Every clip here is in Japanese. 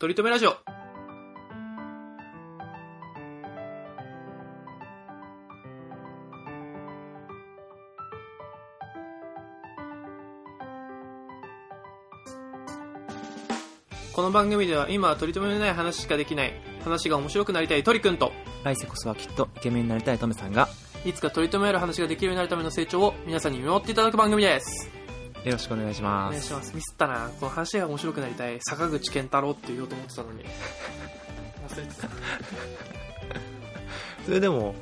とりとめラジオ。この番組では今は取り留めのない話しかできない話が面白くなりたいトリくんと来世こそはきっとイケメンになりたいトメさんがいつか取り留める話ができるようになるための成長を皆さんに見守っていただく番組ですよろしくお願いしおま願いすしますミスったなこの話が面白くなりたい坂口健太郎って言おうと思ってたのに忘れてたそれでも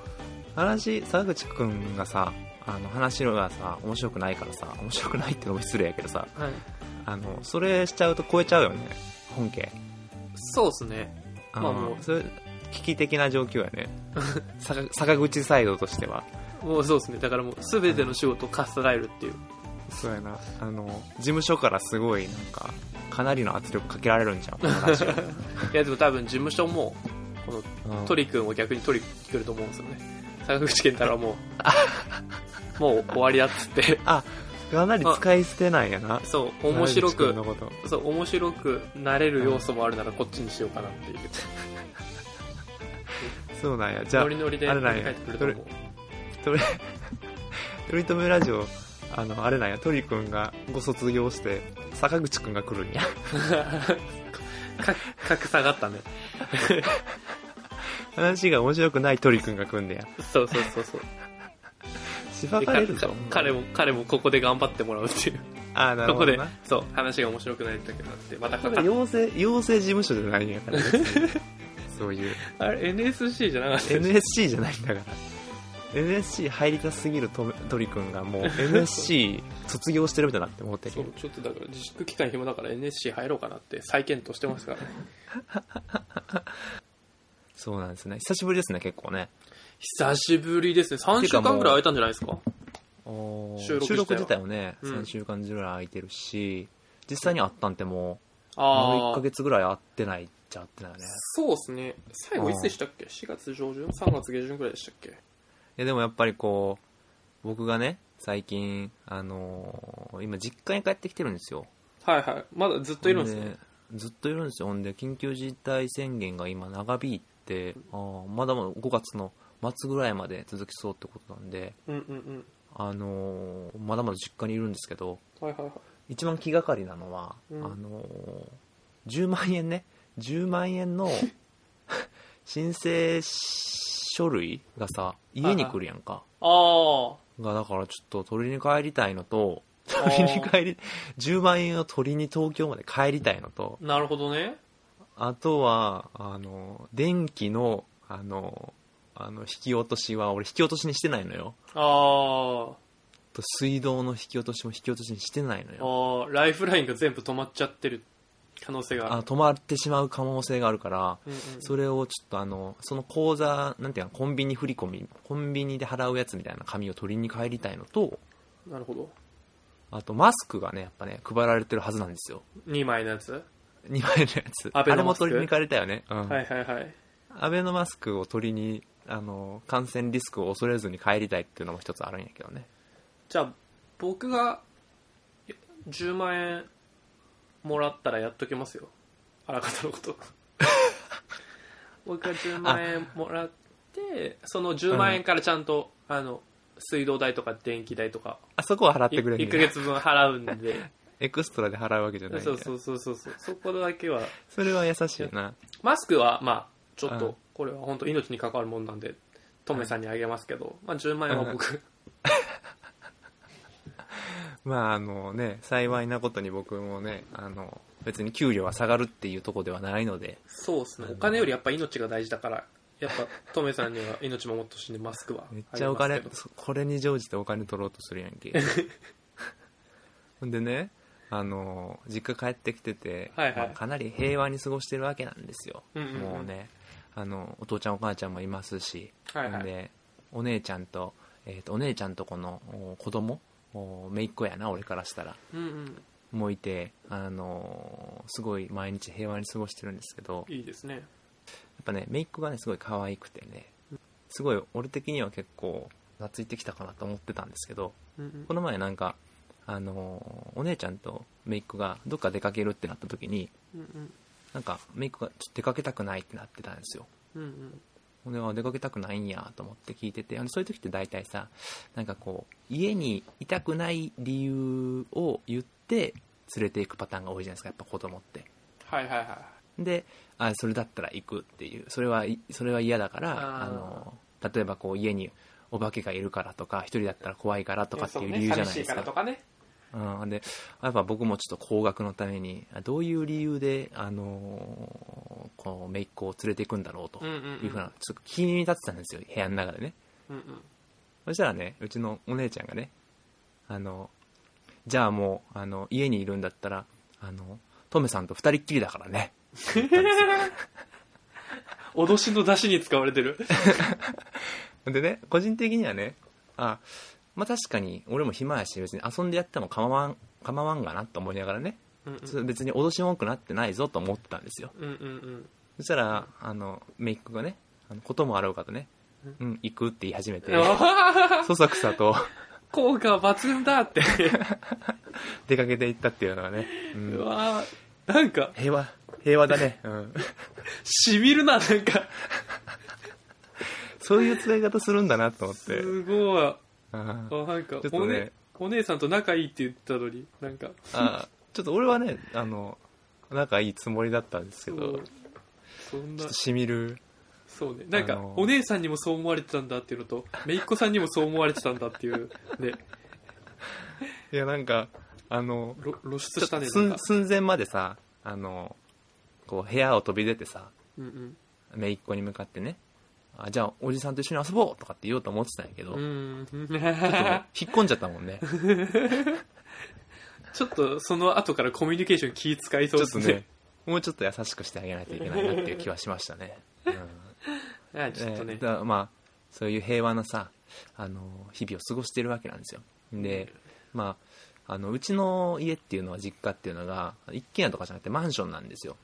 話沢口くんがさあの話のがさ面白くないからさ面白くないってのも失礼やけどさはいあのそれしちゃうと超えちゃうよね本家そうですねあまのあもうそれ危機的な状況 やね坂坂口サイドとしてはもうそうですねだからもう全ての仕事をかっさらえるっていうそうやなあの事務所からすごいなんかかなりの圧力かけられるんじゃんこのラジ オいやでも多分事務所もこのうんトリくんを逆に取り来ると思うんですよね坂口健太郎はも うもう終わりだっつってあかなり使い捨てなんやなそう面白沢く口んのことそう面白くなれる要素もあるならこっちにしようかなっていうそうなんやじゃあノリノリであれなん帰っやてくると思う 取り留めラジオあのあれなんやトリくんがご卒業して坂口くんが来るんや か格差があったね話が面白くないトリくんが来んねやそうそうそうそうしばでかかれるぞか彼も彼もここで頑張ってもらうっていうああなるこほこどでなそう話が面白くないんだけどなってまたかこかっれ養成養成事務所じゃないんや から別にそういうあれ NSC じゃなかった NSC じゃないんだから NSC 入りたすぎるトトリくんがもう NSC 卒業してるみたいになって思ってそるうちょっとだから自粛期間暇だから NSC 入ろうかなって再検討してますからねそうなんですね久しぶりですね結構ね久しぶりですね3週間ぐらい空いたんじゃないですかおー収録収録自自体体ははね、うん3週間ぐらい空いてるし実際にあったんてもうあ1あヶ月ぐらい会ってないっちゃ会ってないよねそうですね最後いつでしたっけ4月上旬3月下旬ぐらいでしたっけいやでもやっぱりこう僕がね最近あのー今実家に帰ってきてるんですよはいはいまだずっといるんですねほんでずっといるんですよほんで緊急事態宣言が今長引いてあーまだまだ5月の末ぐらいまで続きそうってことなんでうんうんあのーまだまだ実家にいるんですけどうんはいはいはい一番気がかりなのは、うんあのー10万円ね10万円 の申請書類がさ家に来るやんかあがだからちょっと取りに帰りたいのと ー取りに帰り10万円を取りに東京まで帰りたいのとあなるほどねあとはあのー電気のあのーあの引き落としは俺引き落としにしてないのよあと水道の引き落としも引き落としにしてないのーよあーライフラインが全部止まっちゃってる可能性があある止まってしまう可能性があるから、うんうんそれをちょっとあのその口座なんていうのコンビニ振り込みコンビニで払うやつみたいな紙を取りに帰りたいのとなるほどあとマスクがねやっぱね配られてるはずなんですよ2枚のやつ、 2枚のやつアあベノれマもスク取りに帰りたいよね、うんはいはいはいアベノマスクを取りにあの感染リスクを恐れずに帰りたいっていうのも一つあるんやけどねじゃあ僕がいや10万円もらったらやっときますよあらかたのこと僕が10万円もらってその10万円からちゃんと、あの水道代とか電気代とかあそこは払って1くれるヶ月分払 うんでエクストラで払うわけじゃないんだそようそうそうそうそうそこだけはそれは優しいなマスクはまあちょっうんとこれは本当命に関わるもんなんでトメさんにあげますけど、まあ、10万円は僕、まああのね幸いなことに僕もねあの別に給料は下がるっていうとこではないのでそうですねお金よりやっぱ命が大事だからやっぱトメさんには命守ってほしいんでマスクはめっちゃお金あげますそこれに乗じてお金取ろうとするやん けほんでねあの実家帰ってきてて、はいはいまあかなり平和に過ごしてるわけなんですよ、うんうんうんもうねあのお父ちゃんお母ちゃんもいますし、けどはいほはいんでお姉ちゃんと,、えーとお姉ちゃんとこのお子供お姪っ子やな俺からしたらうんうんもういて、あのすごい毎日平和に過ごしてるんですけどやいいですねっぱね姪っ子がねすごい可愛くてねすごい俺的には結構懐いてきたかなと思ってたんですけどうんうんこの前なんか、あのお姉ちゃんと姪っ子がどっか出かけるってなった時にうんうんあなんかメイクがちょっと出かけたくないってなってたんですようんうん俺は出かけたくないんやと思って聞いててでそういう時って大体さなんかこう家にいたくない理由を言って連れていくパターンが多いじゃないですかやっぱ子供ってはいはいはいであそれだったら行くっていうそれはいそれは嫌だからああーの例えばこう家にお化けがいるからとか一人だったら怖いからとかっていう理由じゃないそうね寂しでいすかからとかねうん、でやっぱ僕もちょっと高額のためにあどういう理由で、あのーこう姪っ子を連れていくんだろうとうんうんうんいうふうな、ちょっと気に立ってたんですよ部屋の中でねうんうんそしたらねうちのお姉ちゃんがねあのじゃあもうあの家にいるんだったらあのトメさんと二人っきりだからね脅しの出しに使われてるでね個人的にはねあまあ確かに俺も暇やし別に遊んでやっても構わん構わんがなと思いながらねうんうんそう別に脅し文句なってないぞと思ってたんですようんうんそしたら、あの、メイクがね、あのこともあろうかとね、うん、行くって言い始めてう、んあーそさくさと 効果抜群だって出かけて行ったっていうのがね、う、うんわーなんか平和、平和だね。うん。 しみるななんかそういう使い方するんだなと思って。すごいああーなんかちょっお,、とねお姉さんと仲いいって言ったのになんかあーちょっと俺はね、あの、仲いいつもりだったんですけそど、ちうそんょなっとしみる。そうねなんか、あのーお姉さんにもそう思われてたんだっていうのと姪っ子さんにもそう思われてたんだっていうねいや、なんか、あの、ろ露出ちょっしたとねなん寸か寸前までさ、あの、こう、部屋を飛び出てさ、うんうん姪っ子に向かってね、あじゃあ、おじさんと一緒に遊ぼうとかって言おうと思ってたんやけど、うんちょっとね引っ込んじゃったもんね。ちょっとその後からコミュニケーション気使 いそちうょでっとすねね、もうちょっと優しくしてあげないといけないなっていう気はしましたね。 うん、 あちょっとえねーだからまあ、そういう平和なさ、あの、日々を過ごしてるわけなんですよ。で、まあ、あの、うちの家っていうのは実家っていうのが、一軒家とかじゃなくてマンションなんですよ。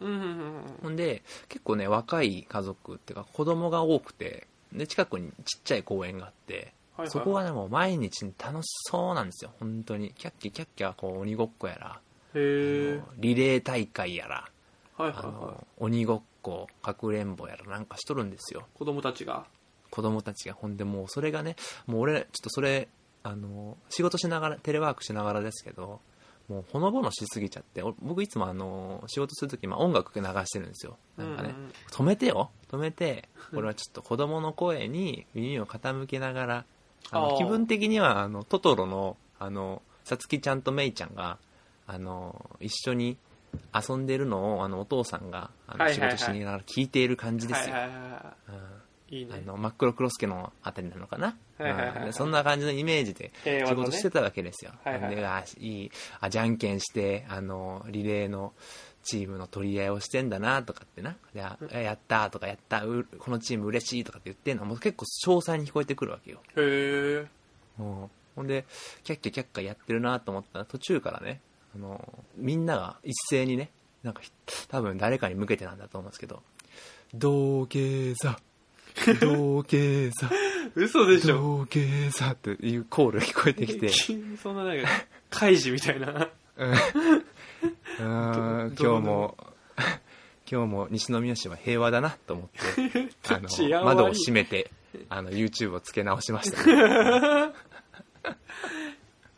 うんうんうんほんで、結構ね、若い家族っていうか子供が多くて、で、近くにちっちゃい公園があって、はいはいそこはね、もう毎日楽しそうなんですよ。本当に。キャッキャキャッキャ、こう、鬼ごっこやら、へえリレー大会やら、はいはあいはの鬼ごっこかくれんぼやらなんかしとるんですよい子供たちが子供たちがほんでもうそれがねもう俺ちょっとそれあの仕事しながらテレワークしながらですけどもうほのぼのしすぎちゃってお僕いつもあの仕事する時、まあ、音楽流してるんですよなんかね、うんうんうん止めてよ止めて俺はちょっと子供の声に耳を傾けながらああのー気分的にはあのトトロのあのさつきちゃんとめいちゃんがあの一緒に遊んでるのをあのお父さんがあのはい仕はいは事いしながら聞いている感じではいすよ、はいはうんいいいねあの真っ黒クロスケのあたりなのかな、はいはいはいはいうんでそんな感じのイメージで平和仕だね事してたわけですよ、はいはいはいであいいあじゃんけんしてあのリレーのチームの取り合いをしてんだなとかってなであやったーとかやったーうこのチーム嬉しいとかって言ってんのはもう結構詳細に聞こえてくるわけよへえうんほんでキャッキャキャッキャやってるなと思ったら途中からねあのみんなが一斉にねなんかひ多分誰かに向けてなんだと思うんですけど「道敬 座道敬座」嘘でしょ道芸さっていうコール聞こえてき てそんななんか怪事みたい なうんうん今日も 今日も西宮市は平和だなと思って あ治安悪のい窓を閉めてあの YouTube をつけ直しました、 ね、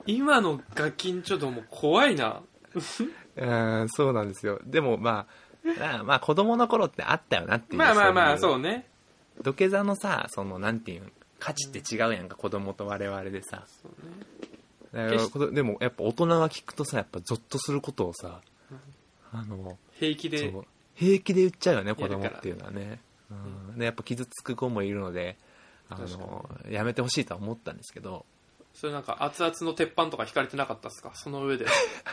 今のガキンチョども怖いなうんそうなんですよでもまあまあまあ子供の頃ってあったよなっていうまあまあまあそうそいうね土下座のさそのなんていうん価値って違うやんか子供と我々でさそうねだから子供でもやっぱ大人が聞くとさやっぱゾッとすることをさあの平気でそう平気で言っちゃうよねや子るから供っていうのはね、うん、でやっぱ傷つく子もいるのであ確のやめてほしいとは思ったんですけどそれなんか熱々の鉄板とか引かれてなかったっすかその 上で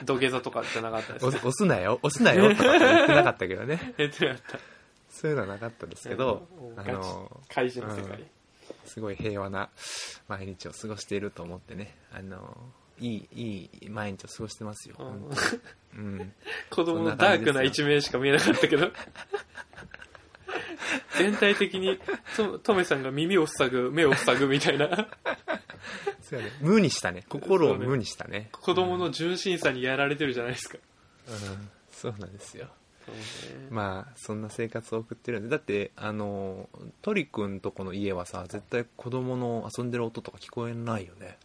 土下座とかじゃなかったです 押かす押すなよ押すなよとかって言ってなかったけど ねえってなったそういうのはなかったですけどうんあガチの怪事の世界、うんすごい平和な毎日を過ごしていると思ってねあのいいいい毎日を過ごしてますよ、うんうん、子供そのんな感ダーじですよクな一面しか見えなかったけ ど全体的にとトメさんが耳を塞ぐ目を塞ぐみたいなそうやね無にしたね心を無にしたね子供の純真さにやられてるじゃないですかうん、そうなんですよそうねまあそんな生活を送ってるんでだってあのトリくんとこの家はさ絶対子供の遊んでる音とか聞こえないよね、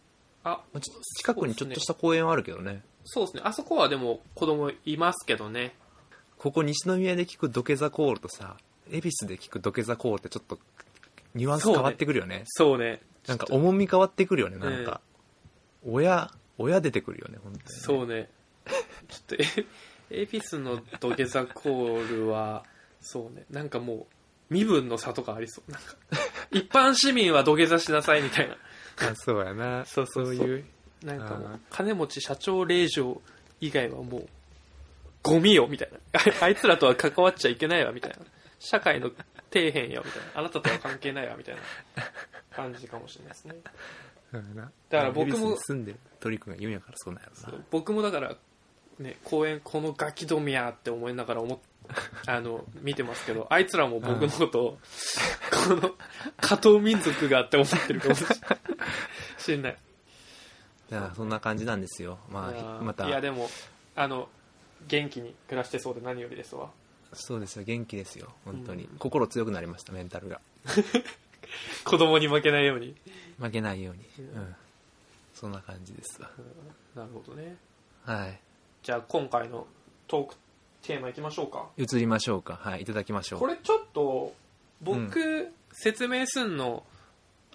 あまあちょ近くにちょっとした公園はあるけどねそうですねあそこはでも子供いますけどねここ西宮で聞く土下座コールとさ恵比寿で聞く土下座コールってちょっとニュアンス変わってくるよねそうねなんか重み変わってくるよねちょっとなんか、親親出てくるよね本当にねそうね。ちょっと、え、エピスの土下座コールは、そうね。なんかもう、身分の差とかありそう。なんか、一般市民は土下座しなさいみたいな。あそうやなそうそうそういうなんかもあーう、金持ち社長令嬢以外はもう、ゴミよみたいな。 ああいつらとは関わっちゃいけないわみたいな。社会の底辺よみたいな。あなたとは関係ないわみたいな感じかもしれないですね。そうやなだから僕も恵比寿に住んでるトリくんが言うんやからそうなんやろな僕もだから、ね、公園このガキどもやって思いながら 思っあの見てますけどあいつらも僕のことを、この下等民族がって思ってるかもしれないしん ないだからそんな感じなんですよまいやーあまたいやでもあの元気に暮らしてそうで何よりですわそうですよ元気ですよ本当に、うん心強くなりましたメンタルが 子供に負けないように負けないように、うんうんそんな感じですわなるほどねはいじゃあ今回のトークテーマいきましょうか移りましょうかはいいただきましょうこれちょっと僕、説明すんの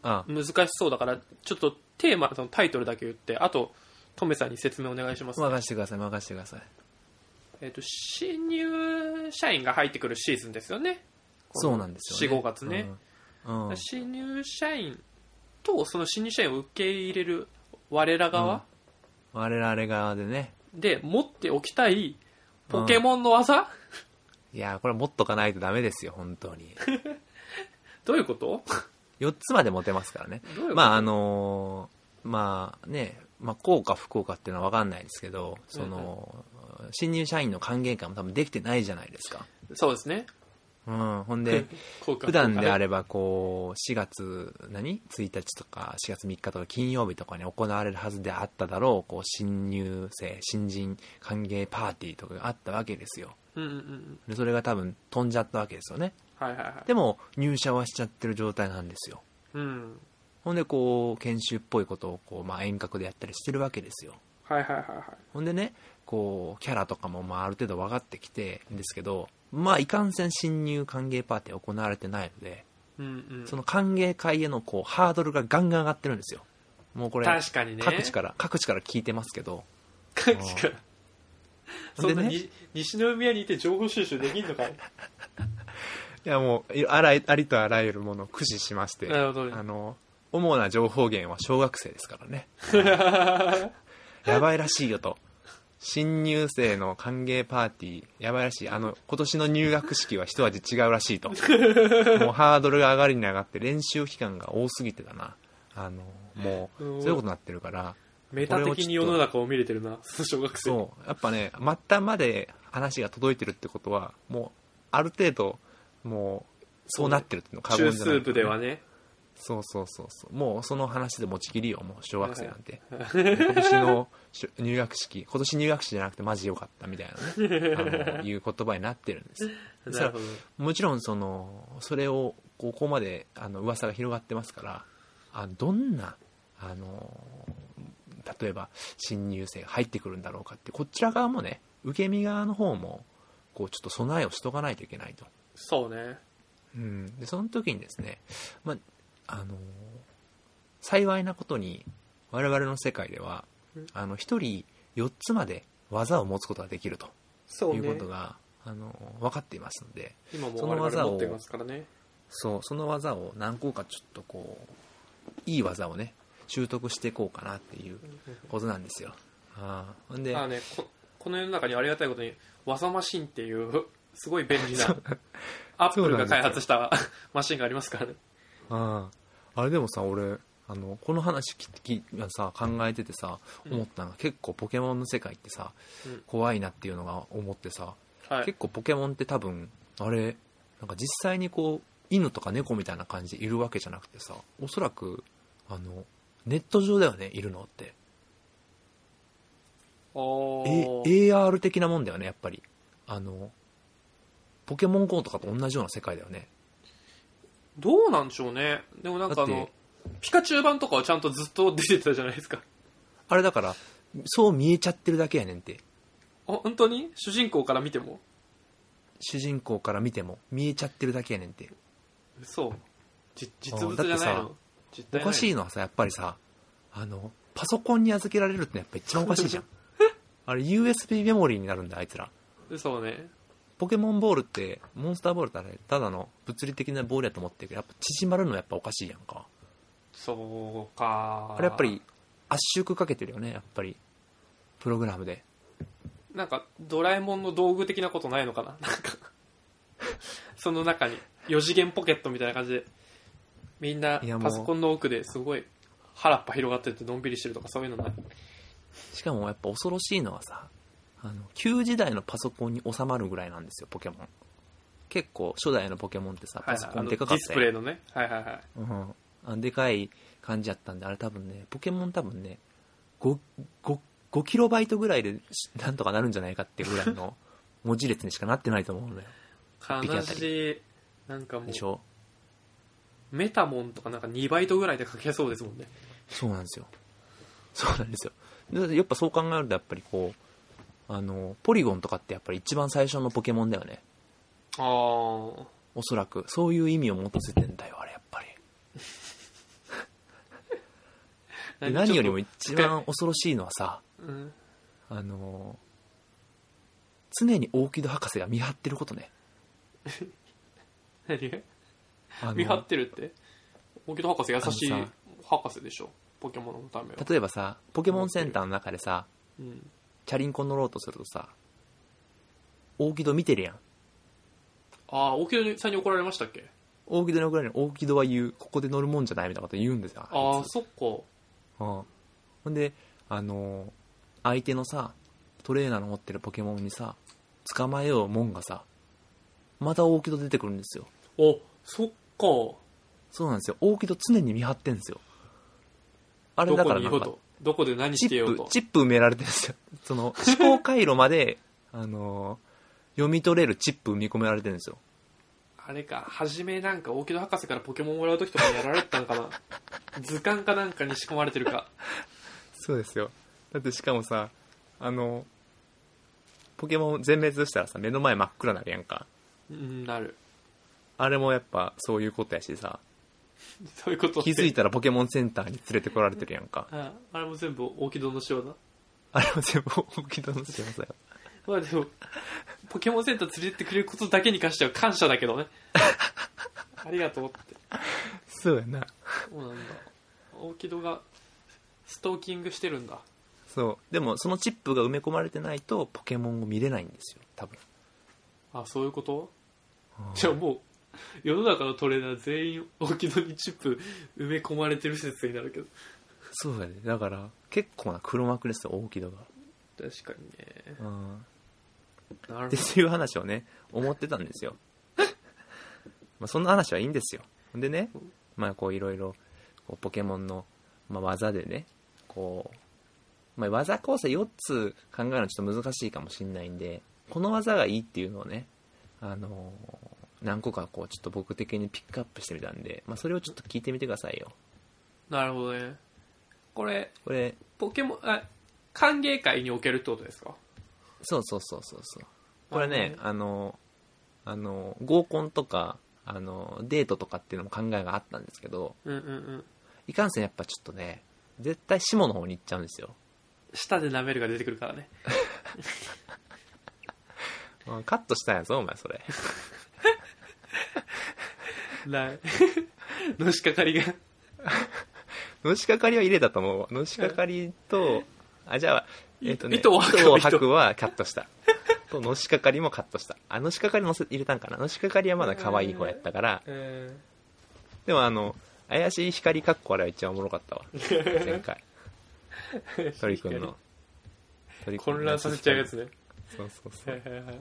あ難しそうだからちょっとテーマのタイトルだけ言ってあとトメさんに説明お願いします、任せてください任せてくださいえっと新入社員が入ってくるシーズンですよねそうなんですよ、 4 5月ね、うん、うん新入社員とその新入社員を受け入れる我ら側我々側でねで持っておきたいポケモンの技、いやーこれ持っとかないとダメですよ本当にどういうこと4つまで持てますからねどういうことまああのーまあね、まあ、効果不効果っていうのは分かんないですけどその、新入社員の歓迎会も多分できてないじゃないですかそうですねうんほ んで効果普段であれればこう4月何1日とか4月3日とか金曜日とかに行われるはずであっただろうこう新入生新人歓迎パーティーとかがあったわけですようんうんうんでそれが多分飛んじゃったわけですよねはいはいはいでも入社はしちゃってる状態なんですようんほんでこう研修っぽいことをこう、まあ、遠隔でやったりしてるわけですよはいはいはいはいほんでねこうキャラとかもまあある程度分かってきてんですけどまあいかんせん新入歓迎パーティー行われてないのでうんうんその歓迎会へのこうハードルがガンガン上がってるんですよ。もうこれ、確かにね各地から、各地から聞いてますけど、各地からそんなでねに、西宮にいて情報収集できんのかいいやもう、いあらいありとあらゆるものを駆使しまして、なるほどねあの、主な情報源は小学生ですからね。 やばいらしいよと。新入生の歓迎パーティー、やばいらしい。あの、今年の入学式は一味違うら しいと。もうハードルが上がりに上がって練習期間が多すぎてだな。あの、もう、そういうことになってるから、メタ的に世の中を見れてるな、その小学生。そう。やっぱね、末端まで話が届いてるってことは、もう、ある程度、もう、そうなってるっていうの過中言じゃない、枢部では。ね。そうそうそうそう。もう、その話で持ちきりよ、もう、小学生なんて。今年のし入学式、今年入学式じゃなくてマジ良かったみたい なね、あのいう言葉になってるんです。なるほど。もちろん、その、それを、ここまで、あの、噂が広がってますから、あどんな、あの、例えば、新入生が入ってくるんだろうかって、こちら側もね、受け身側の方も、こう、ちょっと備えをしとかないといけないと。そうね。うん。で、その時にですね、まあ、あの、幸いなことに、我々の世界ではうん、あの、一人4つまで技を持つことができるとそいううこね。とが、あの、分かっていますので、今もそ我の技々を持ってますからね。そう、その技を何個かちょっとこう、いい技をね、習得していこうかなっていうことなんですよ。ああほんで、ああね、ここの世の中にありがたいことに、技マシンっていう、すごい便利な、アップルが開発したマシンがありますからね。あああれでもさ、俺、あの、この話ききさ、考えててさ、うん思ったのが、結構ポケモンの世界ってさ、うん怖いなっていうのが思ってさ、はい。結構ポケモンって多分、あれ、なんか実際にこう、犬とか猫みたいな感じでいるわけじゃなくてさ、おそらく、あの、ネット上だよね、いるのって。おー。 A、AR 的なもんだよねやっぱりあのポケモン GO とかと同じような世界だよね。どうなんでしょうねでもなんかあだっのてピカチュウ版とかはちゃんとずっと出てたじゃないですかあれだから、そう見えちゃってるだけやねんって。あ本当に主人公から見ても主人公から見ても見えちゃってるだけやねんって。そうじ実あ物だっじゃてないさの実お体かしいのはさ、やっぱりさ、あの、パソコンに預けられるってやっぱ一番おかしいじゃん。あれ USB メモリーになるんだ、あいつら。いそうねポケモンボールって、モンスターボールってあれ、ただの物理的なボールやと思ってるけど、やっぱ縮まるのやっぱおかしいやんか。そうかあれやっぱり圧縮かけてるよね、やっぱり。プログラムで。なんかドラえもんの道具的なことないのかななんか その中に4次元ポケットみたいな感じでみんないやもうパソコンの奥ですごい腹っぱ広がっててのんびりしてるとかそういうのないしかもやっぱ恐ろしいのはさ、あの、旧時代のパソコンに収まるぐらいなんですよ、ポケモン。結構、初代のポケモンってさ、はいパはソいコあンのでデかかィっスたプやんレイのねはいはいはいうん、あでかい感じやったんであれ多分ねポケモン多分ね 5, 5, 5キロバイトぐらいでしなんとかなるんじゃないかっていうぐら いの文字列にしかなってないと思うのよ匹悲あたりしいなんかもでしうょメタモンとかなんか2バイトぐらいで書けそうですもんねそうなんですよそうなんですよでやっぱそう考えるとやっぱりこうあのポリゴンとかってやっぱり一番最初のポケモンだよねああおそらくそういう意味を持たせてんだよあれやっぱりで何よりも一番恐ろしいのはさうんあの常に大木戸博士が見張ってることね何あの見張ってるって大木戸博士優しいあのさ博士でしょポケモンのためは例えばさポケモンセンターの中でさうんチャリンコ乗ろうとするとさ大木戸見てるやんああ大木戸さんに怒られましたっけ大木戸のぐらいに大木戸は言うここで乗るもんじゃないみたいなこと言うんですよああいつそっかうんほんであのー相手のさトレーナーの持ってるポケモンにさ捕まえようもんがさまた大木戸出てくるんですよおそっかそうなんですよ大木戸常に見張ってんですよあれどだこからにいなよんうかとどこで何チしてよッうプと、チップ埋められてるんですよ。 その、思考回路まで、あのー、読み取れるチップ埋め込められてるんですよ。あれか初めなんか大木戸博士からポケモンもらう時とかにやられてたのかな 図鑑かなんかに仕込まれてるかそうですよ。だってしかもさ、あの、ポケモン全滅したらさ、目の前真っ暗なるやんか。うんなるあれもやっぱそういうことやしさ、そういうことって気づいたらポケモンセンターに連れてこられてるやんか。ああれも全部大木戸の仕業だあれも全部大きなのすいません。まあでもポケモンセンター連れてってくれることだけに関しては感謝だけどね ありがとうってそうやな。そうなんだ大木戸がストーキングしてるんだそう。でもそのチップが埋め込まれてないとポケモンを見れないんですよ、多分。あそういうことじゃあもう世の中のトレーナー全員大木戸にチップ埋め込まれてる説になるけどそうやね。だから、結構な黒幕ですよ、大木戸が。確かにねうん。なるほでどっていう話をね思ってたんですよ まあそんな話はいいんですよでねまあこういろいろこうポケモンの、まあ、技でねこう、まあ、技構成4つ考えるのちょっと難しいかもしんないんでこの技がいいっていうのをねあのー何個かこうちょっと僕的にピックアップしてみたんで、まあ、それをちょっと聞いてみてくださいよなるほどねこれこれポケモンあ歓迎会におけるってことですかそうそうそうそうそうこれねああのあの合コンとかあのデートとかっていうのも考えがあったんですけどうんうんうんいかんせんやっぱちょっとね絶対下の方に行っちゃうんですよ舌で舐めるが出てくるからねあカットしたんやぞお 前それ ない のしかかりがのしかかりは入れたと思うわのしかかりとあじゃあえっ、とね糸を吐く糸を吐くはカットしたとのしかかりもカットしたあのしかかりもせ入れたんかなのしかかりはまだ可愛い方やったからえでもあの怪しい光かっこあれは一番おもろかったわ前回ー鳥 くんの鳥くんの混乱させちゃうやつねそうそうそ。はいうはいはい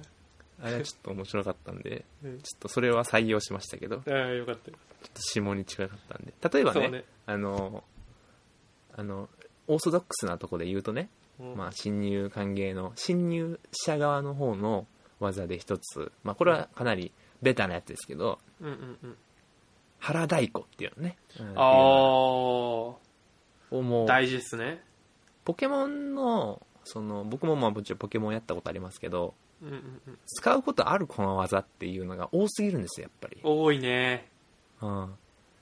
あれはちょっと面白かったんで、うんちょっとそれは採用しましたけど、ちょっああよかったよと下に近かったんで。例えばね、そうねあの、あの、オーソドックスなとこで言うとね、うんまあ、新入歓迎の、新入者側の方の技で一つ、まあ、これはかなりベタなやつですけどうんうんうん。腹太鼓っていうのね、うんああっていうのをもう大事ですね。ポケモンのその僕もまあもちろんポケモンやったことありますけどうんうんうん。使うことあるこの技っていうのが多すぎるんですよやっぱり、多いね。うん、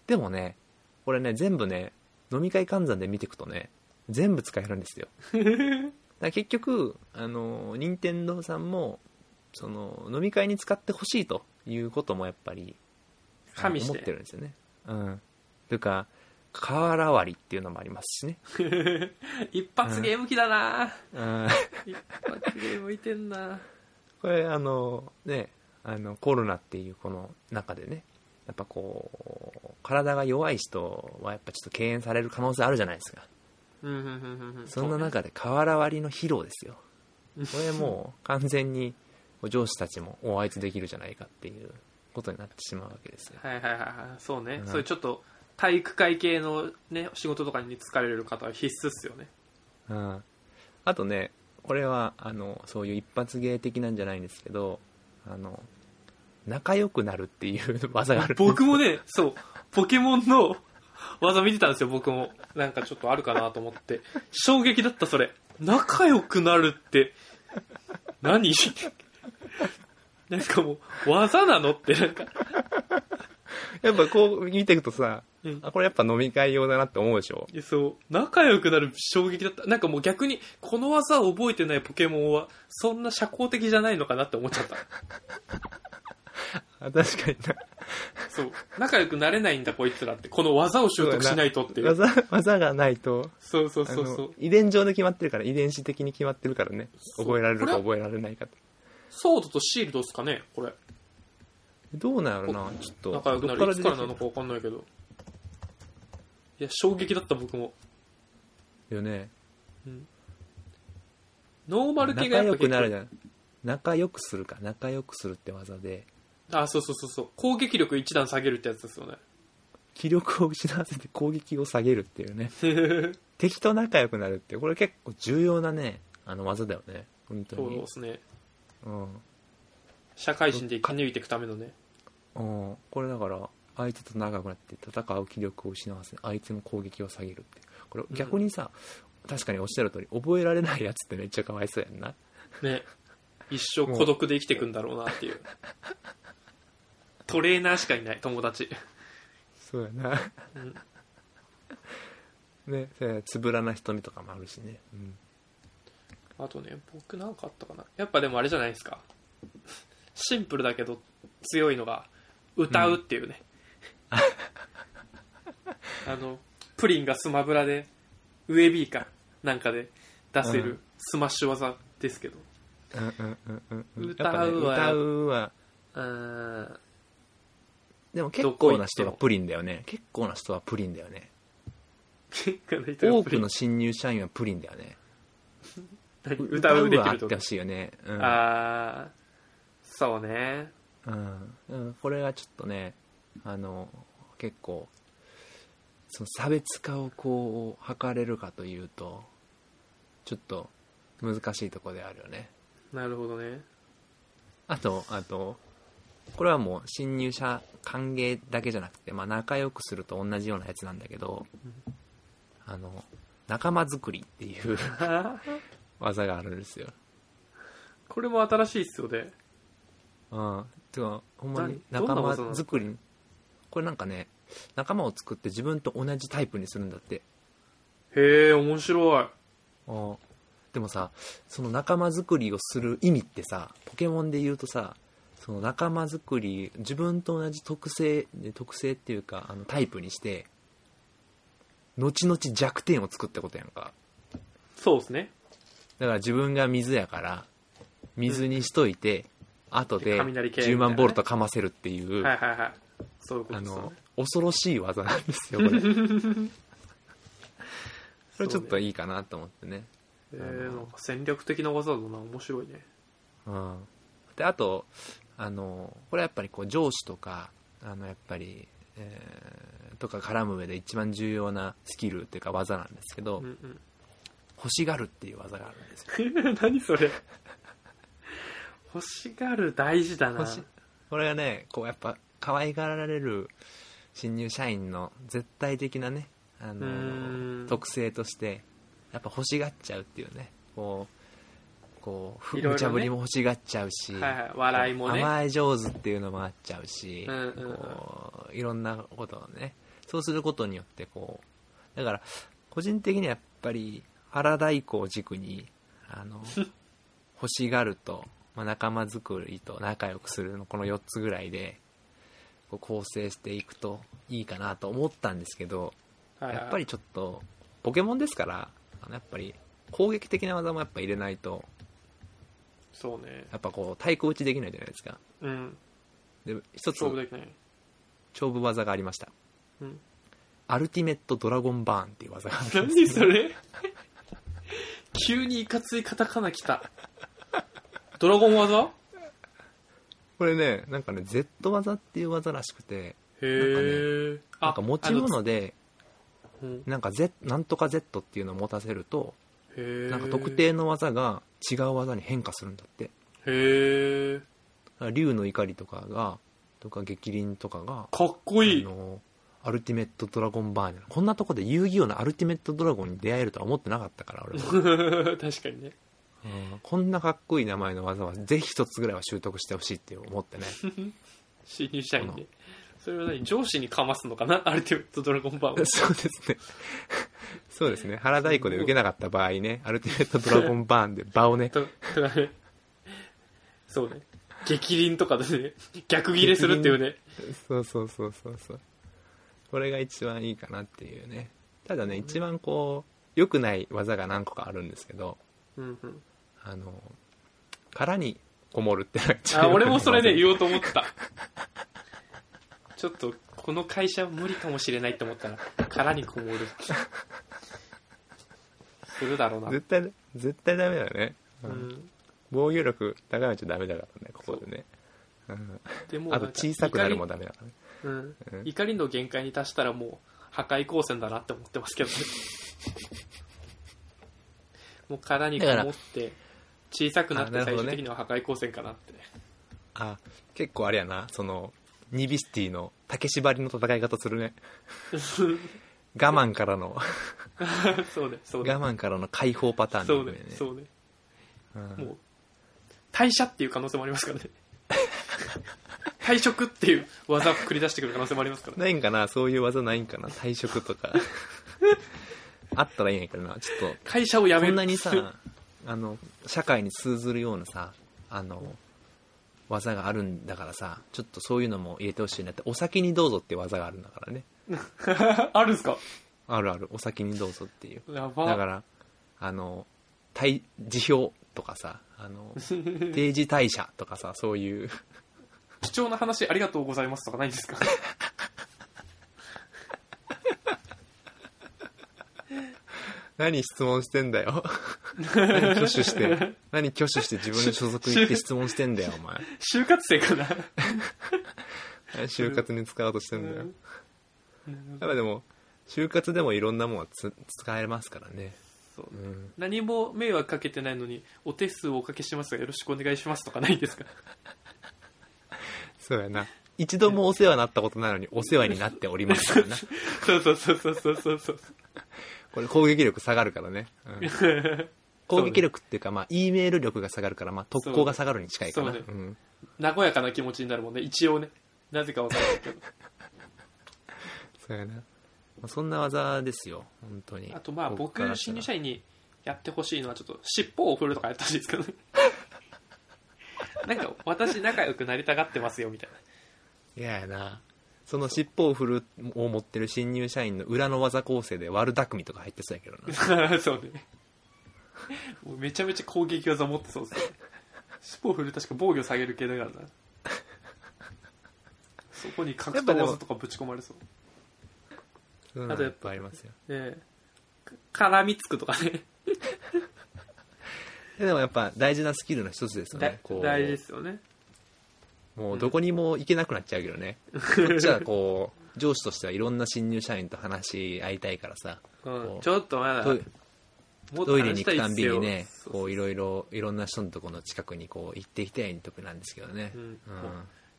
でもねこれね全部ね飲み会換算で見ていくとね全部使えるんで すよだから結局あの任天堂さんもその飲み会に使ってほしいということもやっぱり加味し思ってて。るんですよねうんというか瓦割りっていうのもありますしね、一発ゲーム機だな、うん一発ゲームいてんなこれあのねあのコロナっていうこの中でねやっぱこう体が弱い人はやっぱちょっと敬遠される可能性あるじゃないですかうんうんうんうんうん。そんな中で瓦割りの披露ですよこれもう完全に上司たちもお相手できるじゃないかっていうことになってしまうわけですよはいはいはいはいそうね、うんそういうちょっと体育会系のね仕事とかに疲れる方は必須っすよねうん、あとねこれはあのそういう一発芸的なんじゃないんですけどあの仲良くなるっていう 技がある 僕もねそうポケモンの技見てたんですよ僕もなんかちょっとあるかなと思って衝撃だったそれ仲良くなるって何 なんかもう技なのってなんか やっぱこう見ていくとさ、うんあこれやっぱ飲み会用だなって思うでしょいやそう仲良くなる衝撃だったなんかもう逆にこの技を覚えてないポケモンはそんな社交的じゃないのかなって思っちゃったあ確かになそう。仲良くなれないんだ、こいつらって。この技を習得しないとっていう。技技がないとそうそうあそうそのう。遺伝上で決まってるから遺伝子的に決まってるからねそう覚えられるかこれ覚えられないかってソードとシールドですかね、これ。どうなるなちょっと仲良くなどる。いつから出なてきのてかわかんないけど。いや、衝撃だった、僕も。るよねノーマル系が仲やっぱ結構良くなるじゃん仲良くするか仲良くするって技であ、そうそうそうそう。攻撃力一段下げるってやつですよね。気力を失わせて攻撃を下げるっていう ね敵と仲良くなるってこれ結構重要なねあの技だよね本当そうにですね。うん社会人で生き抜いていくためのね。うんこれだから相手と仲良くなって戦う気力を失わせ相手の攻撃を下げるってこれん逆にさ、確かにおっしゃる通り覚えられないやつってめっちゃかわいそうやんなね。一生孤独で生きていくんだろうな っていう。トレーナーしかいない、友達。そうやなうん ねそれつぶらな瞳とかもあるしね、うん、あとね、僕なんかあったかな。やっぱでもあれじゃないですか。シンプルだけど強いのが、歌うっていう ね。あの、プリンがスマブラで、上 B かなんかで出せうるんスマッシュ技ですけど。うんうんうんうんうん歌うわやっぱね、歌うわうーん、でも結構な人はプリンだよね結構な人はプリンだよね結果の人多がプくリンの新入社員はプリンだよね何歌うできはあるっとて。ほしいよねうんあー、そうね。うんうん、これがちょっとねあの結構その差別化をこう図れるかというとちょっと難しいところであるよねなるほどね。あとあとこれはもう新入社歓迎だけじゃなくて、まあ、仲良くすると同じようなやつなんだけどあの仲間作りっていう 技があるんですよこれも新しいっすよね。うんてかほんまに何ど仲んな技なの間作りこれなんかね仲間を作って自分と同じタイプにするんだってへえ、面白い。あでもさその仲間作りをする意味ってさポケモンで言うとさその仲間作り自分と同じ特性特性っていうかあのタイプにして後々弱点を作ってことやんかそうですね。だから自分が水やから水にしといて、後で雷系みたい10なね万ボルトかませるっていう、はいはいはい。そういうことあですよねの。恐ろしい技なんですよこ れこれちょっといいかなと思ってねえー、なんか戦略的な技だな面白いねうん、であとあのこれはやっぱりこう上司とかあのやっぱり、えーとか絡む上で一番重要なスキルっていうか技なんですけど、うん 欲しがるっていう技があるんですようん何それ欲しがる大事だな欲しいこれがねこうやっぱ可愛がられる新入社員の絶対的なねあうーのん特性としてやっぱ欲しがっちゃうっていうねこうこうふいろいろね無茶ぶりも欲しがっちゃうし、はいはい笑いもね甘え上手っていうのもあっちゃうし、うんうんうんこういろんなことをねそうすることによってこうだから個人的にはやっぱり原太鼓を軸に あの欲しがると、まあ、仲間作りと仲良くするのこの4つぐらいでこう構成していくといいかなと思ったんですけどはいはいやっぱりちょっとポケモンですからあのやっぱり攻撃的な技もやっぱ入れないとそうねやっぱこう対抗打ちできないじゃないですかうんで一つ勝負できない 勝負技がありましたうんアルティメットドラゴンバーンっていう技があ るんです何それ急にいかついカタカナ来たドラゴン技これねなんかね Z 技っていう技らしくてへえ、あなんか持ち物であのうんなんか Z なんとか Z っていうのを持たせるとへえなんか特定の技が違う技に変化するんだってへえだから竜の怒りとかがとか激鱗とかがかっこいいあのアルティメットドラゴンバーンこんなとこで遊戯王のアルティメットドラゴンに出会えるとは思ってなかったから 俺は確かにねうんこんなかっこいい名前の技はぜひ一つぐらいは習得してほしいって思ってね 新入社員でそれは何上司にかますのかなア ルティメットドラゴンバーンをそうですね。 そうですね。原太鼓で受けなかった場合ね、アルティメットドラゴンバーンで 場をね、ととかねそうね激鱗とかで ね逆ギレするっていうねそうそうそうそうそう。これが一番いいかなっていうね。ただね、一番こう、良くない技が何個かあるんですけど、うんうんあの、殻にこもるってのが一番あ良く俺ないもそれで 技言おうと思ったちょっとこの会社無理かもしれないって思ったら殻にこも るするだろうな、絶対、絶対ダメだよね。ううんん、防御力高めちゃダメだからね、ここでね。うんでもあと小さくなるもだ、ダメだからうね。んうん怒りの限界に達したらもう破壊光線だなって思ってますけ どねもう殻にこもって小さくなっあてなる最ほど終ね的には破壊光線かなってあ結構あれやなそのニビシティの竹縛りの戦い方する ね我慢からの そうねそうね我慢からの解放パターンそうだねよそうねうんもう、退社っていう可能性もありますからね。 退職っていう技を繰り出してくる可能性もあります からね。ないんかなそういう技ないんかな退職 とかあったらいいんやけどなちょっ会社を辞とめる。こんなにさあの社会に通ずるようなさあの技があるんだからさちょっとそういうのも入れてほしいなってお先にどうぞっていう技があるんだからね あるんすかあるあるお先にどうぞっていうやば。だから、あの、対、辞表とかさ、あ の、定時退社とかさ、そういう、貴重な話ありがとうございますとかないんですか 何質問してんだ よ。何挙手して、何挙手して自分の所属行って質問してんだよ、お前。就活生かな何就活に使おうとしてんだよ。 うんただでも、就活でもいろんなもんはつ使えますからね。そううん。何も迷惑かけてないのに、お手数をおかけしますがよろしくお願いしますとかないんですかそうやな。一度もお世話になったことないのに、お世話になっておりま すからな。 そうそうそうそうそうそうそう。これ攻撃力下がるからね。うん 攻撃力っていうか、まあ、E メール力が下がるから、まあ、特攻が下がるに近いかな。そうねうん和やかな気持ちになるもんね、一応ね。なぜかわからないけど。そうやな。まあそんな技ですよ、本当に。あとまあ僕からした新ら入社員にやってほしいのはちょっと尻尾を振るとかやってほしいですけどねなんか私仲良くなりたがってますよみたいいややな。その尻尾を振るを持ってる新入社員の裏の技構成で悪巧みとか入ってそうやけどな。 なそうねもうめちゃめちゃ攻撃技持ってそうですね尻尾を振る確か防御下げる系だからなそこに格闘技とかぶち込まれそうそうい うあとのいやっっぱいありますよ。ええか絡みつくとかねででもやっぱ大事なスキルの一つですよだね。こう大事ですよねもうどこにも行けなくなっちゃうけ どね。こっちはこう、上司としてはいろんな新入社員と話し合いたいからさ。うんこうちょっとまだトイもっとトイレ話にし行たくいたっんすびによねそうこういろいろいろんな人のとこの近くにこう行っていきたいとこなんですけどね、ううんんい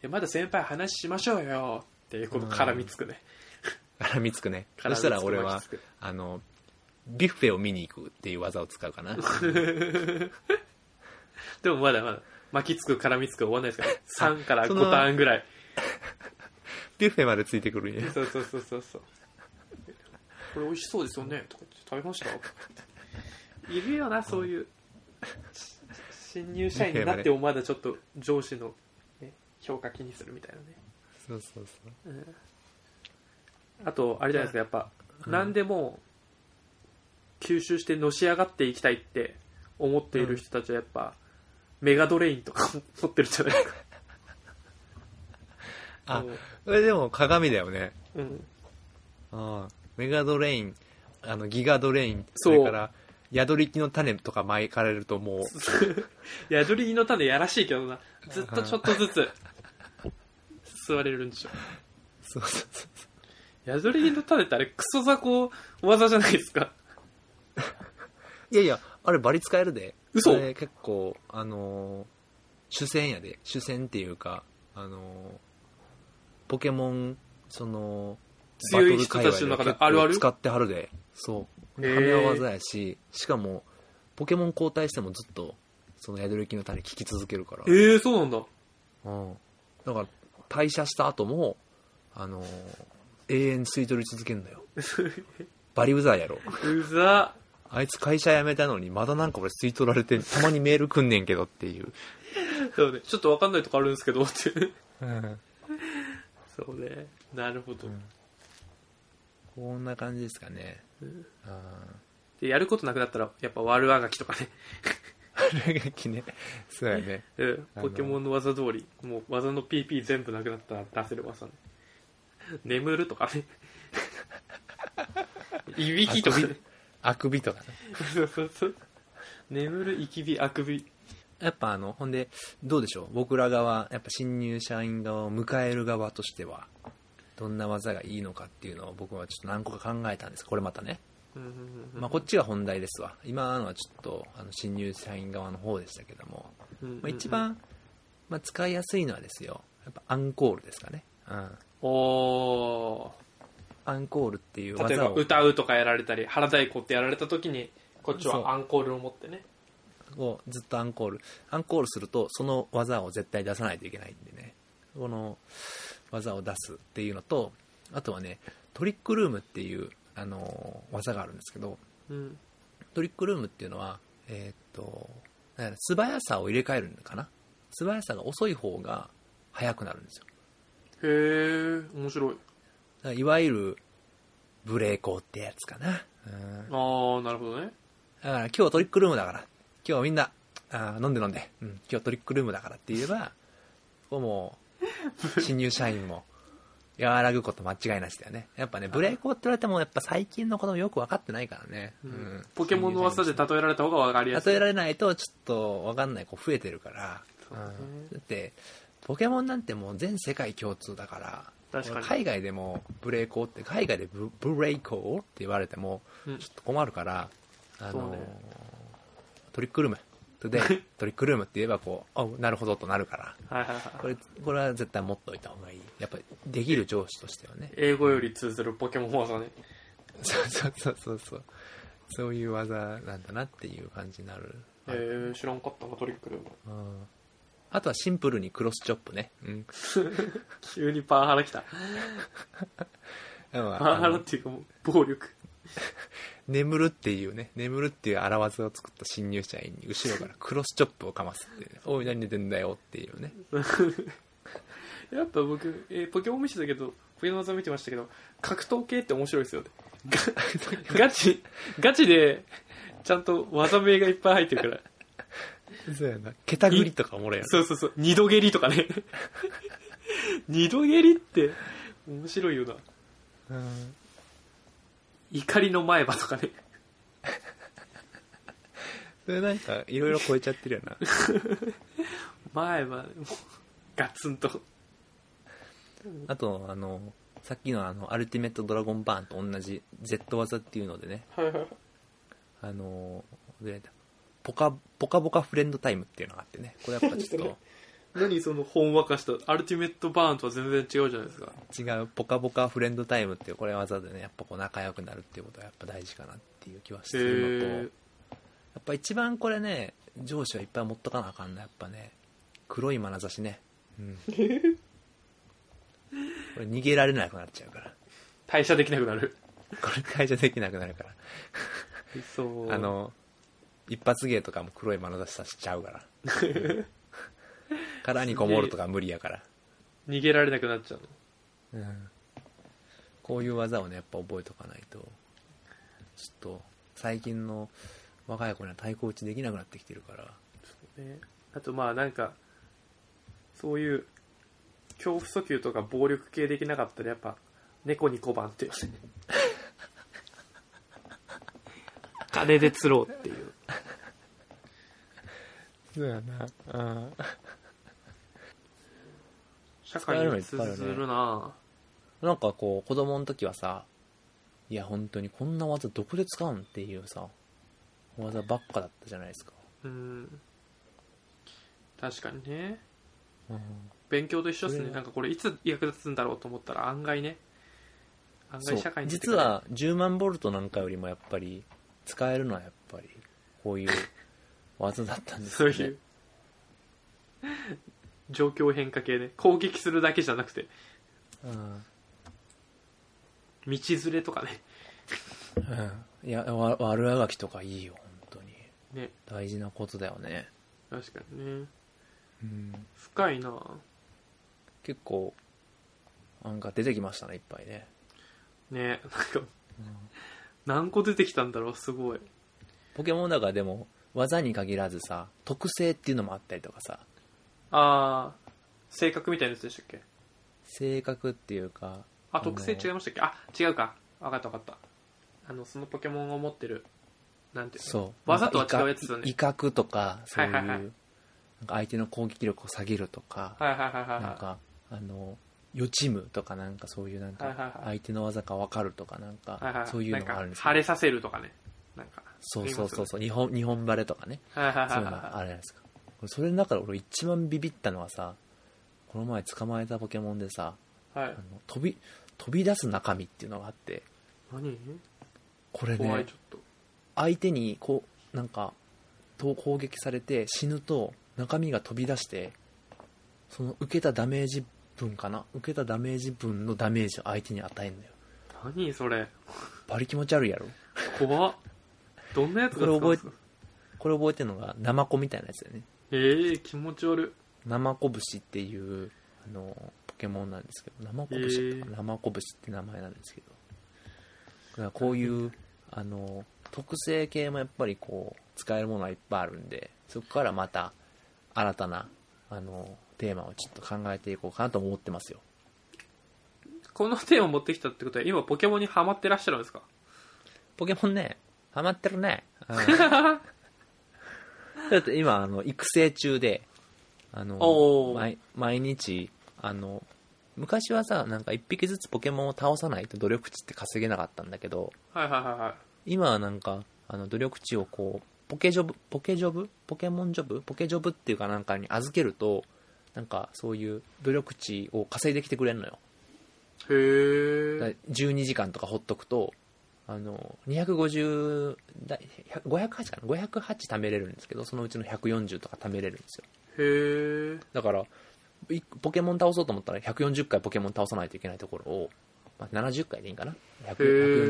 やまだ先輩話しましょうよっていうこと絡みつくね、絡みつくね絡みつそくしたら俺巻はきつくあのビュッフェを見に行くっていう技を使う かなでもまだまだ巻きつく絡みつく終わんないです から3からその5ターンぐらいビュッフェまでついてくるんやそうそうそうそうそうこれ美味しそうですよねとか言って食べましたいるよなそういうし新入社員になってもまだちょっと上司の、ね、評価気にするみたいなねそうそうそうあとあれじゃないですかやっぱ、何でも吸収してのし上がっていきたいって思っている人たちはやっぱ、メガドレインとか 持ってるじゃないですかあのこれでも鏡だよねうん、ああメガドレインあのギガドレインそそうれから宿り木の種とか巻かれるともういや、ジョリーの種やらしいけどな。ずっとちょっとず つ、吸われるんでしょ。そうそうそうヤドリーの種ってあれ、クソ雑魚技じゃないですか。いやいやあれバリ使えるで嘘あれ結構あのー主戦やで主戦っていうかあのーポケモンその強い人たちの中でバトル界隈はあるある結構使ってはるでそうへー神業技やししかもポケモン交代してもずっとその宿り木の種効き続けるからええそうなんだ。うん、だから退社した後もあのー永遠吸い取り続けるの よバリうざいやろうざ。あいつ会社辞めたのにまだなんか俺吸い取られてたまにメールくんねんけどっていう、そうね。ちょっとわかんないとこあるんですけど、って。うん、そうね。なるほど。うんこんな感じですかねあで、やることなくなったら、やっぱ悪あがきとかね。ー 悪ガキねそうやねうんあのポケモンの技通り、もう技の PP 全部なくなったら出せる技ね。眠ると かね。いびきとかね。あくびとかねそうそうそう。眠る、いきび、あくび。やっぱあのほんでどうでしょう僕ら側やっぱ新入社員側を迎える側としてはどんな技がいいのかっていうのを僕はちょっと何個か考えたんですこれまたねうんうんうんうんまあ、こっちが本題ですわ今のはちょっとあの新入社員側の方でしたけども、うんうんうんまあ、一番、まあ、使いやすいのはですよやっぱアンコールですかね、うん、おーアンコールっていう例え技ばを歌うとかやられたり腹太鼓ってやられた時にこっちそうはアンコールを持ってねをずっとアンコールアンコールするとその技を絶対出さないといけないんでねこの技を出すっていうのとあとはねトリックルームっていう、あのー技があるんですけどうんトリックルームっていうのは、えーっと、なんやろ素早さを入れ替えるのかな素早さが遅い方が速くなるんですよ。へえ面白いだからいわゆる、ブレーコーってやつかな。うん。だああなるほどねから今日トリックルームだから、今日みんな、あー飲んで飲んで、うん、今日トリックルームだからって言えば、ここもう、新入社員も、和らぐこと間違いなしだよね。やっぱね、ブレーコーって言われても、やっぱ最近のこともよく分かってないからね。ううんん。ポケモンの技で例えられた方が分かりやす例いえられないとちょっと分かんない子増えてるから、そうねうんだってポケモンなんてもう全世界共通だから確かに海外でもブレイコーって海外でブブレイコーって言われてもうんちょっと困るから、あそうのねトリックルームで トリックルームって言えばこうあなるほどとなるからはいはいはこいれこれは絶対持っといた方がいいやっぱりできる上司としてはね英語より通ずるポケモン技ねそう そうそうそうそうそういう技なんだなっていう感じになるへえ知らんかったなトリックルームうんあとはシンプルにクロスチョップね。うん。急にパワハラきたでもパワ ハあラっのていうかもう暴力眠るっていうね、眠るっていう荒技を作った新入社員に後ろからクロスチョップをかますっていう、 ね、おい何寝てんだよっていうね。やっぱ僕、えーポケモン見てたけど、ポケモン技見てましたけど、格闘系って面白いですよね。 ガガチ、ガチで、ちゃんと技名がいっぱい入ってるから。そうやな。ケタグリとかおもろいやろ。そうそうそう、二度蹴りとかね。二度蹴りって、面白いよな。うん怒りの前歯とかね。それなんかいろいろ超えちゃってるよな。前歯、もうガツンと。あと、あの、さっきのあの、アルティメットドラゴンバーンと同じ Z 技っていうのでね、あのでポカポカポカフレンドタイムっていうのがあってねこれやっぱちょっと何そのほんわかしたアルティメットバーンとは全然違うじゃないですか違うポカポカフレンドタイムっていうこれわざでねやっぱこう仲良くなるっていうことはやっぱ大事かなっていう気はすへるのと、えやっぱ一番これね上司はいっぱい持っとかなあかんなやっぱね黒い眼差しね、うん、これ逃げられなくなっちゃうから退社できなくなるこれ解除できなくなるからそうあの一発芸とかも黒い眼差しさせちゃうから殻にこもるとか無理やから、逃げられなくなっちゃうのうん、こういう技をねやっぱ覚えとかないとちょっと最近の若い子には対抗打ちできなくなってきてるからね、あとまあなんかそういう恐怖訴求とか暴力系できなかったらやっぱ猫に小判っていうね金で釣ろうっていうそうやなあ社会に通ずるななんかこう子供の時はさいや本当にこんな技どこで使うんっていうさ技ばっかだったじゃないですか、うん確かにねうん、勉強と一緒ですそねれなんかこれいつ役立つんだろうと思ったら案外ね案そ外う社会に出て実くるは10万ボルトなんかよりもやっぱり使えるのはやっぱりこういう技だったんですそうよいねう状況変化系ね攻撃するだけじゃなくてうん道連れとかねうん、いやわ悪あがきとかいいよ本当にね大事なことだよね、確かにねうん、深いな結構なんか出てきましたねいっぱいね、ねなんかうん何個出てきたんだろうすごいポケモンだからでも技に限らずさ特性っていうのもあったりとかさああ性格みたいなやつでしたっけ性格っていうかあ特性あの違いましたっけあ違うか分かった分かったあのそのポケモンを持ってるなんていうのそう技とは違うやなんかつだ威ね嚇とかそういう、はいはいはいなんか相手の攻撃力を下げるとか、はいはいはいはいなんはかあの予知夢とかなんかそういうなんはいはいかはい相手の技が分かるとかなんいはいはかいそういうのがあるなんでかすよ晴れさせるとかねなんかそうそうそうそう日本日本バレとかねはいはいそはういいうのはいがあるじゃないですか俺それの中で俺一番ビビったのはさこの前捕まえたポケモンでさはいあの飛び飛び出す中身っていうのがあって何これ怖いねちょっと相手にこうなんかと攻撃されて死ぬと中身が飛び出してその受けたダメージ分かな受けたダメージ分のダメージを相手に与えんだよ何それバリ気持ち悪いやろ怖っどんなやつが使うんですかこれ覚えてるのがナマコみたいなやつだよねええー、気持ち悪ナマコブシっていうあのポケモンなんですけどナマコブシだったかなナマコブシって名前なんですけどだからこういうあの特性系もやっぱりこう使えるものはいっぱいあるんでそこからまた新たなあのテーマをちょっと考えていこうかなと思ってますよこの手を持ってきたってことは今ポケモンにハマってらっしゃるんですかポケモンねハマってるね、うん、 だって今あの育成中であのおー毎毎日あの昔はさなんか1匹ずつポケモンを倒さないと努力値って稼げなかったんだけどはいはいはいはい今はなんかあの努力値をこうポケジョブポケジョブポケモンジョブポケジョブっていうかなんかに預けるとなんかそういう努力値を稼いできてくれるのよだへえから12時間とかほっとくとあの250だ100 508かな508貯めれるんですけどそのうちの140とか貯めれるんですよへえだからいポケモン倒そうと思ったら140回ポケモン倒さないといけないところを、まあ、70回でいいんかな100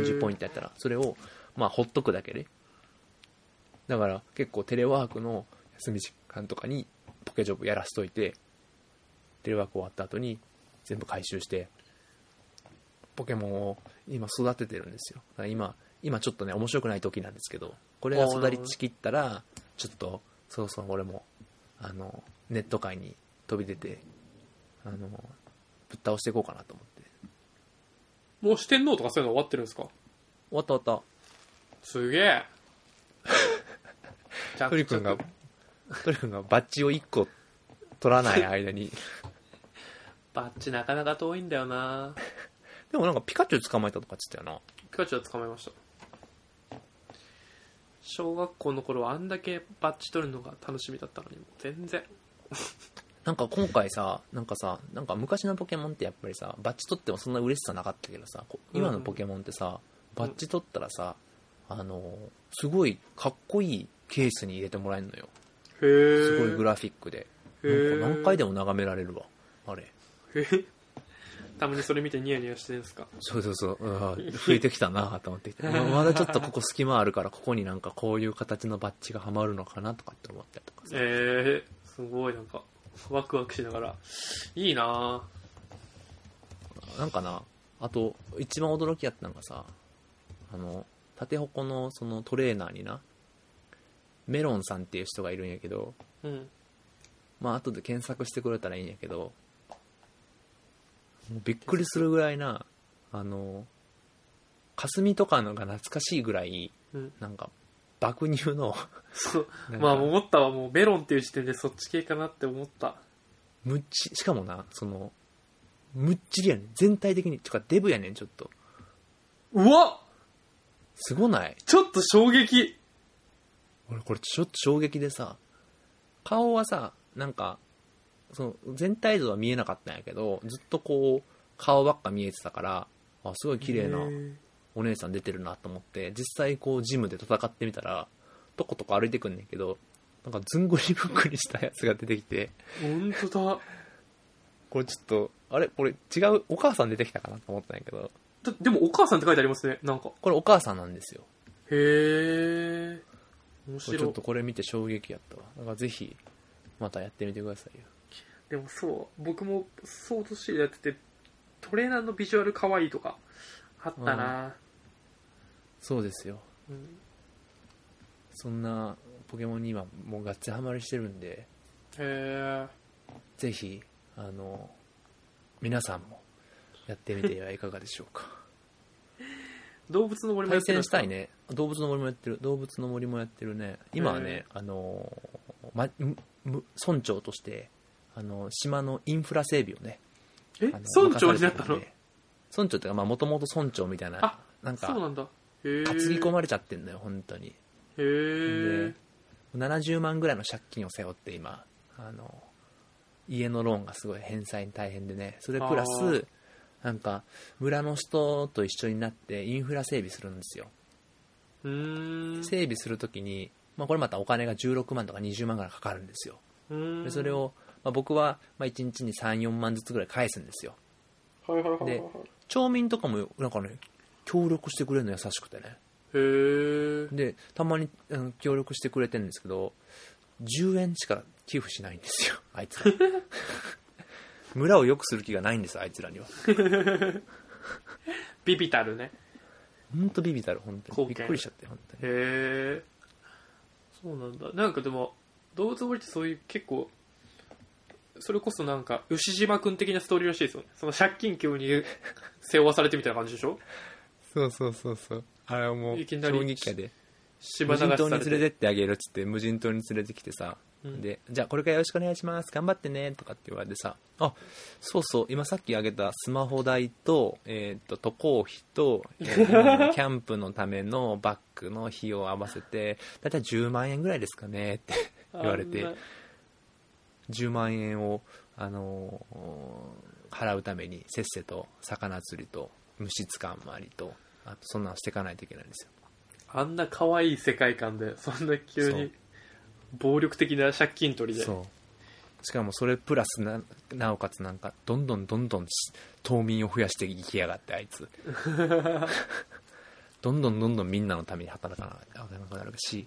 140ポイントやったらそれを、まあ、ほっとくだけでだから結構テレワークの休み時間とかにポケジョブやらしといてテレワーク終わった後に全部回収してポケモンを今育ててるんですよだから今今ちょっとね面白くない時なんですけどこれが育りちきったらちょっとそろそろ俺もあのネット界に飛び出てあのぶっ倒していこうかなと思ってもう四天王とかそういうの終わってるんですか終わった終わっすげ えじゃた鳥くんがちょっ鳥くんがバッジを1個取らない間 にとバッチなかなか遠いんだよなでもなんかピカチュウ捕まえたとかっつったよなピカチュウは捕まえました小学校の頃はあんだけバッチ取るのが楽しみだったのにもう全然なんか今回さなんかさなんか昔のポケモンってやっぱりさバッジ取ってもそんな嬉しさなかったけどさこうん今のポケモンってさ、バッジ取ったらさあのすごいかっこいいケースに入れてもらえるのよへえすごいグラフィックでなんか何回でも眺められるわあれ たまにそれ見てニヤニヤしてるんですかそうそうそううん あ増えてきたなと思 ってきてままだちょっとここ隙間あるからここになんかこういう形のバッジがはまるのかなとかって思ったりとかさえー、すごいなんかワクワクしながらいいなぁなんかなあと一番驚きやったのがさあの縦鉾のそのトレーナーになメロンさんっていう人がいるんやけどうんまあ後で検索してくれたらいいんやけどもうびっくりするぐらいなあの霞とかのが懐かしいぐらいうんなんか爆乳の そうなんまあか思ったわもうメロンっていう時点でそっち系かなって思ったむっちしかもなそのむっちりやねん全体的にてかデブやねんちょっとうわすごないちょっと衝撃俺これちょっと衝撃でさ顔はさなんかその全体像は見えなかったんやけどずっとこう顔ばっか見えてたからあすごい綺麗なへーお姉さん出てるなと思って実際こうジムで戦ってみたらとことこ歩いてくんねんけどなんかずんぐりむっくりしたやつが出てきて本当だこれちょっとあれこれ違うお母さん出てきたかなと思ったんやけどだでもお母さんって書いてありますねなんかこれお母さんなんですよへえ面ちょ白っいとこれ見て衝撃やったわだからぜひまたやってみてくださいよでもそう僕もそうとしてやっててトレーナーのビジュアル可愛いとかあったなそうですようんそんなポケモンに今もうガッツリハマりしてるんでへえぜひあの皆さんもやってみてはいかがでしょうか 動物の森もや対ってるんで戦しすかたいね動物の森もやってる動物の森もやってるね今はへねあの、ま、むむ村長としてあの島のインフラ整備をねえあの村長になった任されてるんので村長っていうかもともと村長みたいなあなんかそうなんだへえ担ぎ込まれちゃってんのよ本当にへえで70万ぐらいの借金を背負って今あの家のローンがすごい返済に大変でねそれプラあースなんか村の人と一緒になってインフラ整備するんですようーん整備するときに、まあ、これまたお金が16万とか20万ぐらいかかるんですようーでんそれを、まあ、僕はまあ1日に34万ずつぐらい返すんですよはいはいはいはいで町民とかもなんかね協力してくれるの優しくてねへえでたまにあの協力してくれてるんですけど10円しか寄付しないんですよ あいつら村を良くする気がないんですあいつらにはビビたるね本当ビビたる本当貢にび献っくりしちゃって本当へにえそうなんだなんかでも動物森ってそういう結構それこそなんか牛島君的なストーリーらしいですよねその借金急に 背負わされてみたいな感じでしょそうそうそうそうあれはもういきなり衝撃やで島無流しされて人島に連れてってあげるっつって無人島に連れてきてうんさ、でじゃあこれからよろしくお願いします頑張ってねとかって言われてさあそうそう今さっきあげたスマホ代と,、えー、と渡航費と、えーキャンプのためのバッグの費用を合わせてだいたい10万円ぐらいですかねって言われてあんな10万円を、あのー払うためにせっせと魚釣りと虫捕まりとあとそんなんしていかないといけないんですよあんな可愛い世界観でそんな急そにう暴力的な借金取りでそうしかもそれプラスななおかつなんかどんどんどんどんし島民を増やしていきやがってあいつどんどんどんどんみんなのために働かな働かなくなるし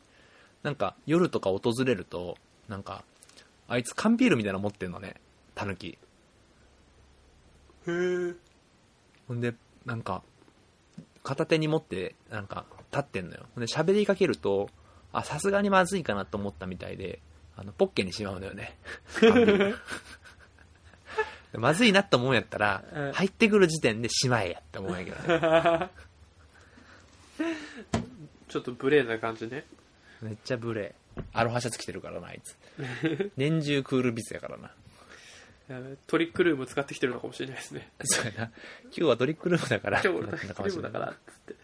なんか夜とか訪れるとなんかあいつ缶ビールみたいなの持ってんのねタヌキへえほんでなんか片手に持ってなんか立ってんのよほんで喋りかけるとあさすがにまずいかなと思ったみたいであのポッケにしまうのよね缶ビールでまずいなと思うんやったら、うん入ってくる時点でしまえやって思うんやけどねちょっと無礼な感じねめっちゃ無礼アロハシャツ着てるからなあいつ年中クールビズやからなえートリックルーム使ってきてるのかもしれないですねそうやな今日はトリックルームだから今日俺なトっリてッんのクかもルしームれだないからっつって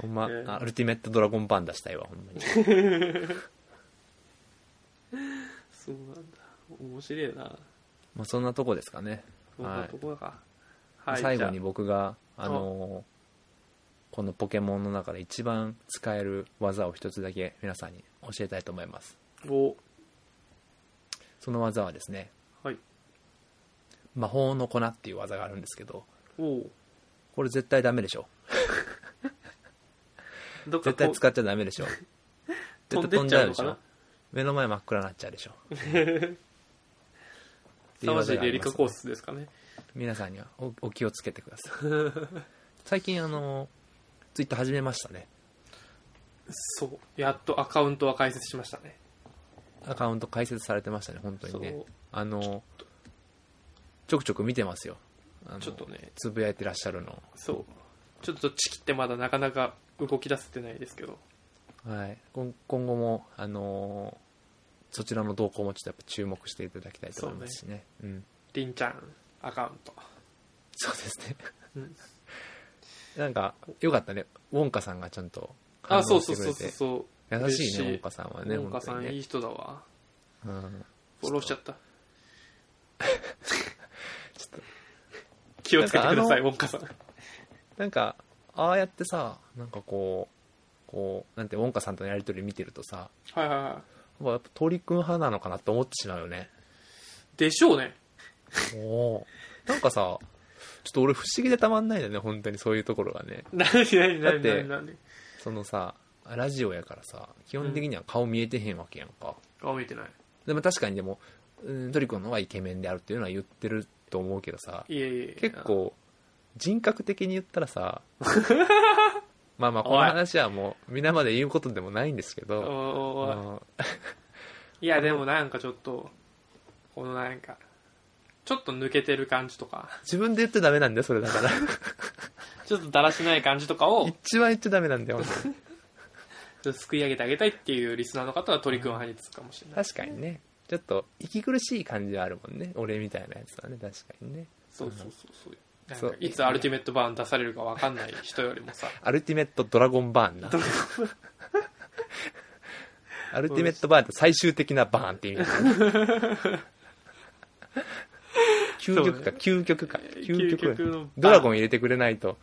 ほんま、えーあアルティメットドラゴンパン出したいわ、ほんまに。そうなんだ面白いなまあ、そんなとこですかね。こんなとこだかはい、最じゃ後あに僕が、あのーこのポケモンの中で一番使える技を一つだけ皆さんに教えたいと思います。おその技はですね、はい魔法の粉っていう技があるんですけど、おうこれ絶対ダメでしょ。どっか絶対使っちゃダメでしょ。 飛ん絶対でっ飛んちじゃゃううでのしかょな。目の前真っ暗になっちゃう でしょ。沢尻エリカコース。スですかね皆さんにはおお気をつけてください。最近あの、ツイッター始めましたね。そうやっとアカウントは開設しましたねアカウント開設されてましたね、本当にねそう。あの、ちょくちょく見てますよ。あのちょっとねつぶやいてらっしゃるの。そうちょっとチキってまだなかなか動き出せてないですけどはい。今今後も、あのーそちらの動向もちょっとやっぱ注目していただきたいと思いますしね。うん。 りんちゃんアカウントそうですね。うんなんか、よかったね。ウォンカさんがちゃんと反あ応そうしそうてくそうれそうそて。う優しいね、ウ嬉ォンカさんはね。文化さ本ん当にいいね。人だわうん。フォローしちゃ ったちょっ気をつけてくださいな文化さんと、なんか、ああやってさ、なんかこう、こう、なんて、ウォンカさんとのやりとり見てるとさ、はいはいはやっぱ鳥くん派なのかなって思ってしまうよね。いでしょうね おなんかさ、ちょっと俺不思議でたまんないんだよね、本当にそういうところがね。何何だっ何て何何そのさ、ラジオやからさ、基本的には顔見えてへんわけやんか。顔見えてないでも確かにでも、うん、トリコの方がイケメンであるっていうのは言ってると思うけどさ、いえいえ結構、人格的に言った らさ、まあまあ、この話はもう、皆まで言うことでもないんですけおーど、おーおーあのいやでもなんかちょっとこのなんかちょっと抜けてる感じとか自分で言っちゃダメなんだよ、それ だから。ちょっとだらしない感じとかを一番言っちゃダメなんだよ、本当にちょっとすくい上げてあげたいっていうリスナーの方は鳥くん派につくかもしれない確かにねちょっと息苦しい感じはあるもんね俺みたいなやつはね確かにねそうそうそうそうなんそうかいつアルティメットバーン出されるかわかんない人よりもさアルティメットドラゴンバーンなアルティメットバーンって最終的なバーンって意味だね究極か究極か究究極極のバーンドラゴン入れてくれないと、うん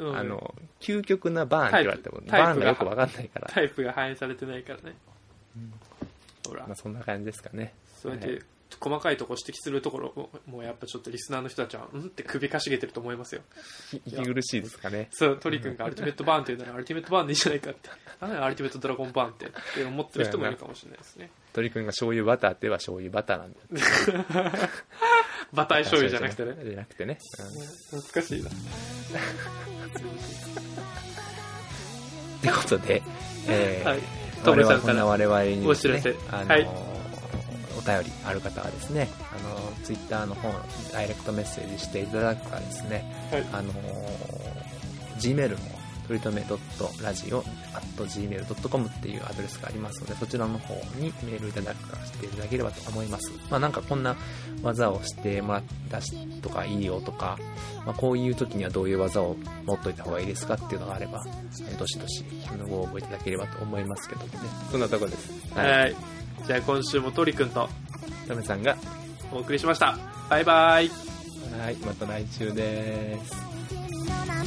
あの究極なバーンって言われてもタイプバーンがよくわかんないから、タイプが反映されてないからねほらまあ、そんな感じですかねそうやっはてい細かいとこ指摘するところももうやっぱちょっとリスナーの人たちはうんって首かしげてると思いますよ息苦しいですかねそう鳥くんがアルティメットバーンって言うならアルティメットバーンでいいじゃないかってなんだよアルティメットドラゴンバーンってって思ってる人もいるかもしれないですね鳥くんが醤油バターって言えば醤油バターなんだよバター醤油じゃなくてねじゃなくてね、うん懐かしいなってこと で、えーはいト我ムさ々んこかんなら我々にです、ね、お知らせあのーはいお便りある方はですね、あのー、ツイッターの方、ダイレクトメッセージしていただくかですね、はいあのー、Gmail も、とりとめ .radio.gmail.com っていうアドレスがありますので、そちらの方にメールいただくかしていただければと思います。まあなんかこんな技をしてもらったしとかいいよとか、まあこういう時にはどういう技を持っといた方がいいですかっていうのがあれば、あのどしどしあのご応募いただければと思いますけどもね。そんなとこです。はい。はいじゃあ今週も鳥くんとダメさんが、お送りしましたバイバイはい、また来週です。君の名前